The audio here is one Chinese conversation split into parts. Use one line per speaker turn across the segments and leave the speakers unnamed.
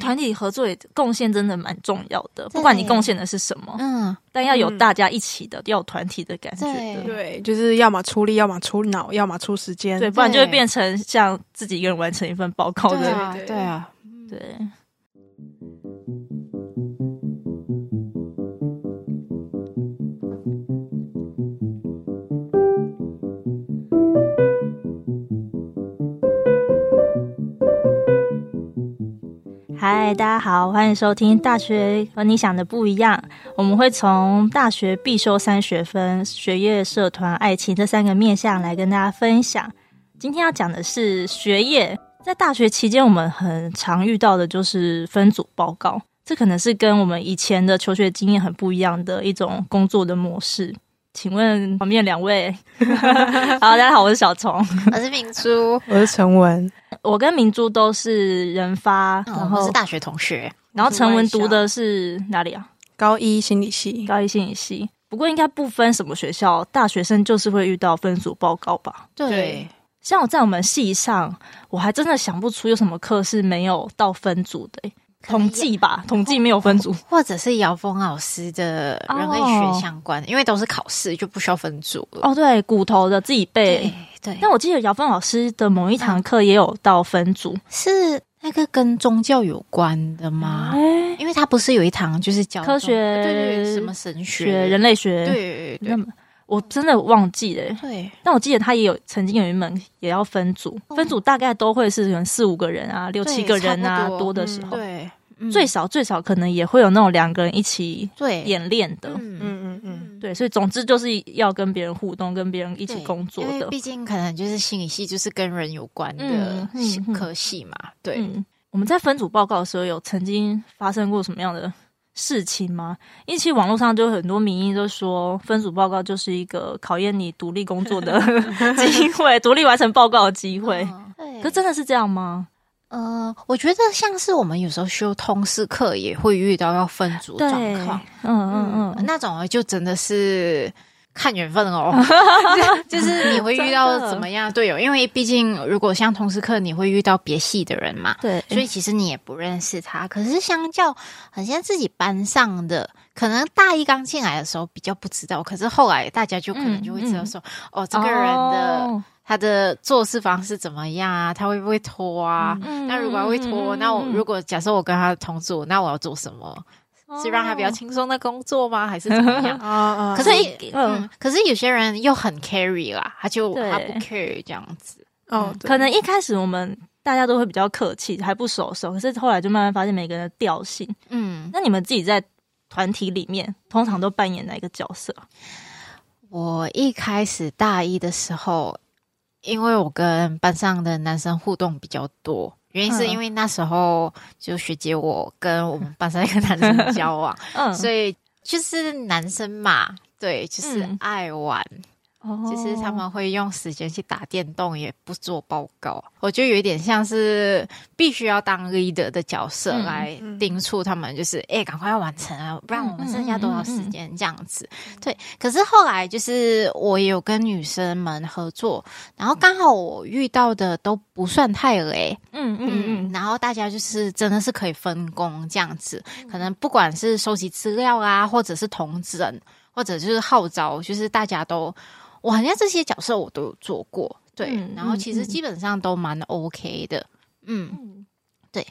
团体合作也贡献真的蛮重要的，不管你贡献的是什么，
嗯，
但要有大家一起的，要有团体的感觉
对
的，
对，就是要么出力，要么出脑，要么出时间。
对，不然就会变成像自己一个人完成一份报告
对
的，
啊，
对
对啊，
对。嗨，大家好，欢迎收听《大学和你想的不一样》。我们会从大学必修三学分、学业、社团、爱情这三个面向来跟大家分享。今天要讲的是学业，在大学期间，我们很常遇到的就是分组报告，这可能是跟我们以前的求学经验很不一样的一种工作的模式。请问旁边两 位，好，大家好，我是小虫，
我是 明珠，
我是陈文，
我跟明珠都是人发，然
然后
后
哦嗯是大学同学，
然后陈文
是外
读
校
的是哪里啊？
高一心理系。
高一心理系。不过应该不分什么学校，大学生就是会遇到分组报告吧？
对，
像我在我们系上，我还真的想不出有什么课是没有到分组的、欸
可啊能
统计吧，统计没有分组。
或者是姚峰老师的人类
哦
学相关，因为都是考试，就不需要分组了。
哦，对，骨头的自己背
对。对，
但我记得姚峰老师的某一堂课也有到分组，
是那个跟宗教有关的吗？
哎，
因为他不是有一堂就是教
科
宗
学
对对对，什么神学、
学人类学，
对对
那
对
么我真的忘记了欸。
对，
但我记得他也有曾经有一门也要分组，
哦
分组大概都会是可能四五个人啊，六
对
七个人啊
差不多
多的时
嗯
候，
对，嗯
最少最少可能也会有那种两个人一起
对
演练的。
嗯
嗯嗯嗯，
对，所以总之就是要跟别人互动，跟别人一
一
起工作的。
毕竟可能就是心理系就是跟人有关的
嗯嗯嗯
科系嘛，对。
嗯，我们在分组报告的时候有曾经发生过什么样的事情吗？因为其实网络上就有很多民意都说，分组报告就是一个考验你独立工作 的机会，独立完成报告的机会。
嗯对
可真的是这样吗？
呃，我觉得像是我们有时候修通识课也会遇到要分组
对，
状
嗯
况，
嗯嗯，
那种就真的是看缘分 哦，就是你会遇到
真的
怎么样的队友，因为毕竟如果像通识课，你会遇到别系的人嘛，
对，
所以其实你也不认识他。可是相较很像自己班上的，可能大一刚进来的时候比较不知道，可是后来大家就可能
嗯
就会知道说，哦，这个人的、
哦
他的做事方式怎么样啊，他会不会拖啊？
嗯
那如果他会拖，那我如
果
果假设我跟他同组，那我要做什么？
哦
是让他比较轻松的工作吗？还是怎么 样？
啊啊，
可
所以
是，嗯，可是有些人又很 carry 啦，他就
对
他不 care 这样子，
哦，对
可能一开始我们大家都会比较客气，还不熟熟，可是后来就慢慢发现每个人的调性。
嗯，
那你们自己在团体里面通常都扮演哪一个角色？
我一开始大一的时候，因为我跟班上的男生互动比较多，原因是
嗯
因为那时候就学姐我跟我们班上一个男生交往，
嗯，
所以就是男生嘛，对，就是
嗯
爱玩，
哦
就是他们会用时间去打电动，也不做报告。我就有点像是必须要当 leader 的角色
嗯
来
嗯
叮促他们，就是哎，诶赶、快要完成啊，不然我们剩下多少时间这样子。对，可是后来就是我也有跟女生们合作，然后刚好我遇到的都不算太累，
嗯
嗯，
嗯嗯
然后大家就是真的是可以分工这样子，可能不管是收集资料啊，或者是同整，或者就是号召，就是大家都，我好像这些角色我都有做过，对，
嗯
然后
嗯
其实
嗯
基本上都蛮 OK 的，嗯，
嗯，
对。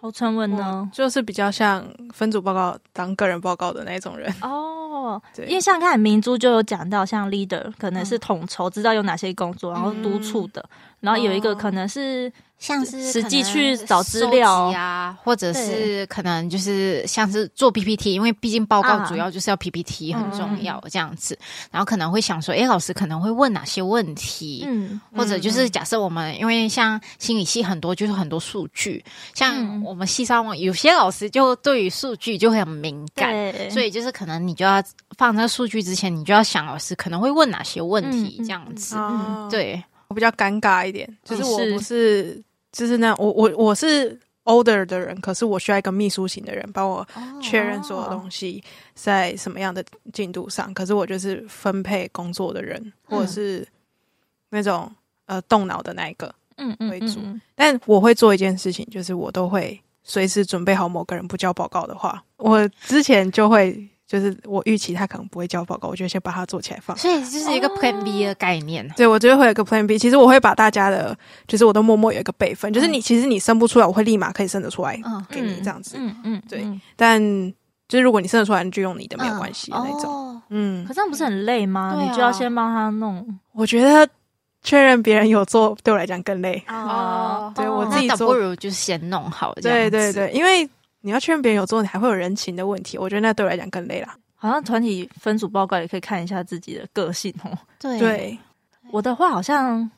侯春文呢
我？就是比较像分组报告当个人报告的那种人。
哦，
对，
因为像刚才明珠就有讲到，像 leader 可能是
嗯
统筹，知道有哪些工作，然后督促的，然后有一个可能是
哦
像是
实际
可能
去找资料
收集啊，或者是可能就是像是做 PPT，因为毕竟报告
啊
主要就是要 PPT
嗯
很重要这样子，然后可能会想说，诶，老师可能会问哪些问题，
嗯
或者就是假设我们，因为像心理系很多就是很多数据，像
嗯
我们系上有些老师就对于数据就会很敏感，
对，
所以就是可能你就要放这个数据之前，你就要想老师可能会问哪些问题
嗯嗯
这样子。
啊，
对，
我比较尴尬一点，就是我
是
不是就是那我我我是 older 的人，可是我需要一个秘书型的人帮我
哦
确认所有东西在什么样的进度上，可是我就是分配工作的人，
嗯
嗯
或者是那种呃动脑的那一个。
嗯嗯
为主
嗯嗯
但我会做一件事情，就是我都会随时准备好某个人不交报告的话，我之前就会就是我预期他可能不会交报告，我就先把它做起来放。
所以就是
哦
一个 Plan B 的概念。
对，我就会有一个 Plan B。其实我会把大家的，就是我都默默有一个备份，就是你其实你生不出来，我会立马可以生得出来
嗯
给你这样子。
嗯嗯，
对
嗯
但就是如果你生得出来，你就用你的，没有
嗯
关系的那种。
哦
嗯
可，这样不是很累吗？
对啊
你就要先帮他弄
我觉得确认别人有做对我来讲更累。
呃
哦
对我自
那
己
倒
做
不如就先弄好这样
对
子。
对对，因为你要确认别人有做，你还会有人情的问题，我觉得那对我来讲更累啦。
好像团体分组报告也可以看一下自己的个性哦。
对
对，
我的话好像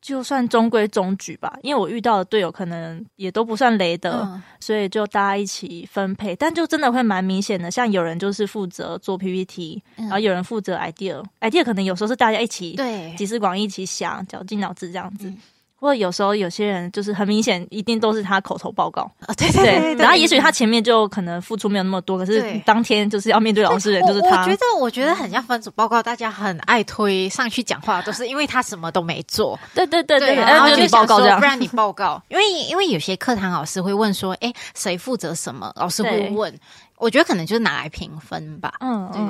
就算中规中矩吧，因为我遇到的队友可能也都不算雷的，
嗯
所以就大家一起分配，但就真的会蛮明显的。像有人就是负责做 PPT，、
嗯
然后有人负责 idea，idea 可能有时候是大家一起
对
集思广益一起想，绞尽脑汁这样子。
嗯
或者有时候有些人就是很明显，一定都是他口头报告，
哦对
对。
对
然后也许他前面就可能付出没有那么多，可是
对
当天就是要面对老师的人就是
我
他。
我觉得，我觉得很像分组报告，大家很爱推上去讲话，都是因为他什么都没做。
对对对对，
然
然
后
后
就
就你
想
报告
说
这样
不。然你 报告，因为因为有些课堂老师会问说，哎，谁负责什么？老师会
对
问，我觉得可能就是拿来评分吧。
嗯
对
嗯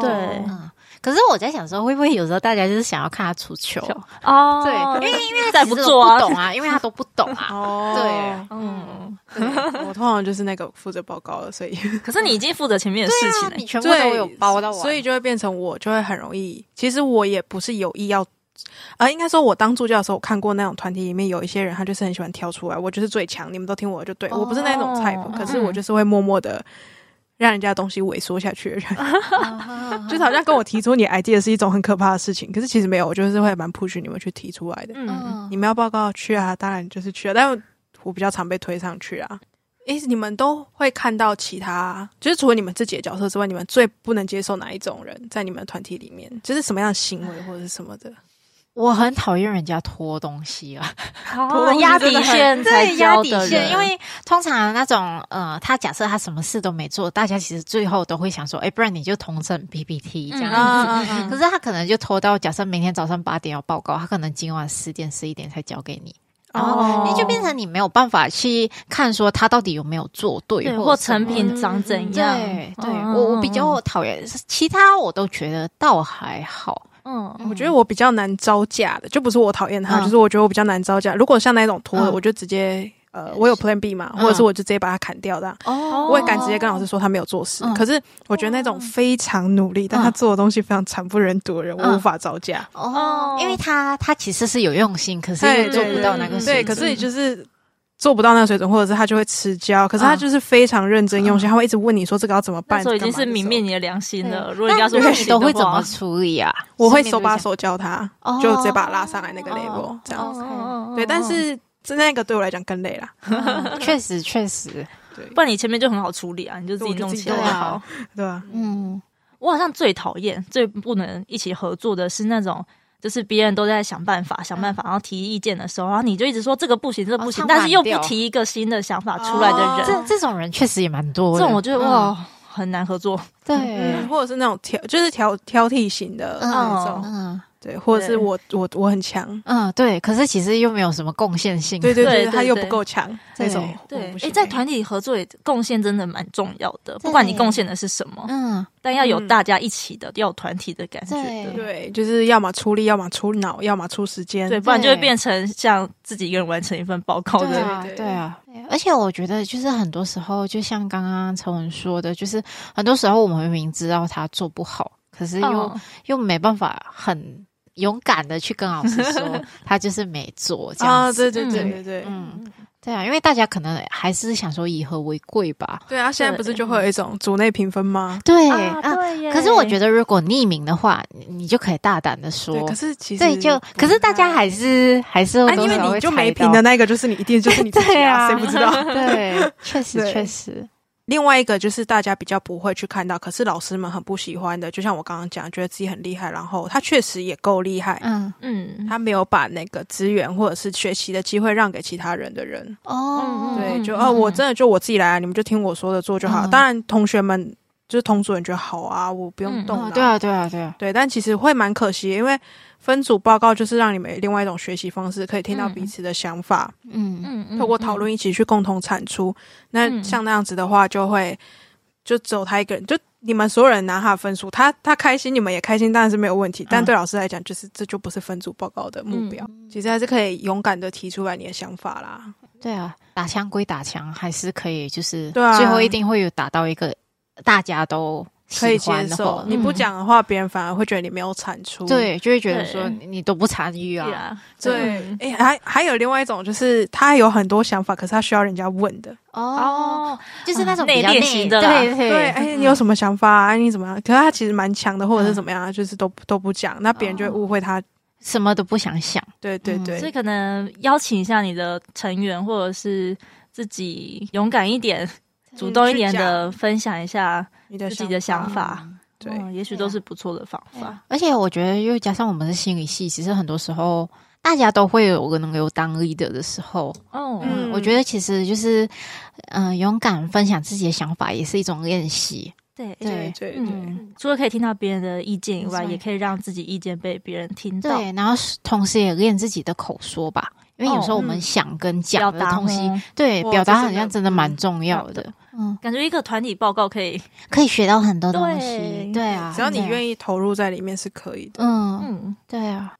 嗯，对
嗯，可是我在想说，会不会有时候大家就是想要看他出糗？
哦，
对，因为因为
再
他
不
其实都
做啊
不懂啊，因为他都不懂 啊。
哦，
嗯，
对，我通常就是那个负责报告的，所以
可是你已经负责前面的
对
事情
啊，
了
你，全部
对，
都有包到完，
所以就会变成我就会很容易。其实我也不是有意要，呃，应该说我当助教的时候，我看过那种团体里面有一些人，他就是很喜欢挑出来，我就是最强，你们都听我的就对。
哦
我不是那种菜谱，
嗯
可是我就是会默默的让人家的东西萎缩下去 的人，
啊
就是好像跟我提出你的 idea 是一种很可怕的事情，可是其实没有，我就是会蛮 push 你们去提出来的。
嗯，
你们要报告去啊，当然就是去啊，但我比较常被推上去啊。诶，你们都会看到其他，就是除了你们自己的角色之外，你们最不能接受哪一种人在你们的团体里面，就是什么样的行为或者是什么的？
我很讨厌人家拖东西啊。
拖东
好
西
压
真的
底
很
线才
对，压
交
底
的
线，
人
因为通常那种呃，他假设他什么事都没做，大家其实最后都会想说，哎，不然你就同整 PPT 这样
嗯
子。
啊
可是他可能就拖到假设明天早上八点要报告，他可能今晚十点十一点才交给你，然
哦
后
哦
你就变成你没有办法去看说他到底有没有做对
对
或
或
什
成
么嗯
品长怎样，
对对，
嗯
我我比较讨厌，其他我都觉得倒还好。
嗯嗯
我觉得我比较难招架的，就不是我讨厌他，
嗯
就是我觉得我比较难招架。如果像那种拖的，
嗯
我就直接呃，我有 Plan B 嘛，
嗯
或者是我就直接把他砍掉的啊。
哦
我也敢直接跟老师说他没有做事，
嗯
可是我觉得那种非常努力，但他做的东西非常惨不忍睹的人，我
嗯
无法招架。
哦，因为他他其实是有用心，可是
对
又做不到那个
嗯
水
对，
准
可是你就是做不到那个水准，或者是他就会迟交。可是他就是非常认真用心，他会一直问你说这个要怎么
啊那
办。
时候已经
干嘛
是
的
泯灭。你的良心
对
了。如果人家说
那
不
你
行
都会
的
怎
话
么处理 啊？
我会手把手教他，
哦
就直接把他拉上来那个 level
哦
这样子。
哦
对，但是真的那个对我来讲更累啦。
确实确实，
对，
不然你前面就很好处理啊，你就自己
对我就
弄
自己
起来就
弄
好。
对啊，
嗯，
我好像最讨厌、最不能一起合作的是那种。就是别人都在想办法、想办法，然后提意见的时候，然后你就一直说这个不行，这个不行，
嗯哦唱反
但是又不
调
提一个新的想法出来的
哦
人，
这这种人确实也蛮多的。
这种我觉得
嗯
哇，很难合作。
对
嗯，，或者是那种挑，就是挑挑剔型的那种，
嗯
对，或者
对
是我我我很强，
嗯，对。可是其实又没有什么贡献性。
对对
对
对，
对
他又
对
不够强，
对
那种
对，
哎
诶，在团体合作也贡献真的蛮重要的，不管你贡献的是什么，
嗯，
但要有
嗯
大家一起的，要有团体的感觉
对
的，
对，就是要么出力，要么出脑，要么出时间，
对，不然就会变成像自己一个人完成一份报告
对
的，
啊
对，对
对啊。而且我觉得，就是很多时候，就像刚刚陈文说的，就是很多时候我们明知道他做不好，可是又
嗯
又没办法很勇敢的去跟老师说他就是没做这
啊，
样子。
对对对
嗯
对对，
嗯，对啊，因为大家可能还是想说以和为贵吧。
对啊，现在不是就会有一种组内评分吗？
对
啊
啊
对耶
可是我觉得如果匿名的话，你你就可以大胆的说
对，。可是其实
对，就
不
可是大家
太
还是还是
啊，
有多
因
少
为
会
你就
猜
没
到
评的那个就是你，一定就是你自己
对啊
谁不知道？
对，确实
对
确实，
另外一个就是大家比较不会去看到，可是老师们很不喜欢的，就像我刚刚讲，觉得自己很厉害，然后他确实也够厉害，
嗯
嗯，
他没有把那个资源或者是学习的机会让给其他人的人。
哦
嗯
对，就
嗯
哦，我真的就我自己来啊，你们就听我说的做就好。
嗯
当然，同学们就是同组人觉得好啊，我不用动脑、
哦，对啊，对啊，对啊，
对，但其实会蛮可惜，因为分组报告就是让你们另外一种学习方式，可以听到彼此的想法，
嗯嗯，
嗯嗯
透过讨论一起去共同产出。那像那样子的话，就会就只有他一个人，就你们所有人拿他的分数，他他开心，你们也开心，当然是没有问题。
嗯
但对老师来讲，就是这就不是分组报告的目标。其实还是可以勇敢的提出来你的想法啦。
对啊，打枪归打枪，还是可以，就是
对啊
最后一定会有打到一个大家都
可以
喜
接
欢的
受
话，，嗯
你不讲的话，别人反而会觉得你没有产出。
对，就会觉得
对
说你你都不参与
对
啊，
啊，
对
嗯，
哎、还还有另外一种，就是他有很多想法，可是他需要人家问的。
哦，就是那
嗯
种
内
比较
敛型的啦
对对
对，
嗯
哎、你有什么想法啊？哎你怎么样？可是他其实蛮强的，或者是怎么样啊，就是都不都不讲，那别人就会误会他。
什么都不想想，
对对
嗯
对，
哦所以可能邀请一下你的成员，或者是自己勇敢一 点、主动一点的分享一下
你的
自己的想
法，
法，
对，
嗯也许都是不错的方
对
法
啊。而且我觉得又加上我们是心理系，其实很多时候大家都会有个能够当 leader 的时候。
哦，
嗯，
嗯
我觉得其实就是，嗯、勇敢分享自己的想法也是一种练习。
对。
对
对
对对。
嗯，
除了可以听到别人的意见以外，
没错
也可以让自己意见被别人听到。
对，然后是同时也练自己的口说吧，因为有时候我们想跟
表
讲的
达
东西，
哦
对
哇
表达
这
好
真的
像真的蛮重要
嗯
的。嗯，
感觉一个团体报告可以，
可以学到很多东西
对。
对啊，
只要你
对啊
愿意投入在里面是可以的。
嗯，
嗯，
对啊，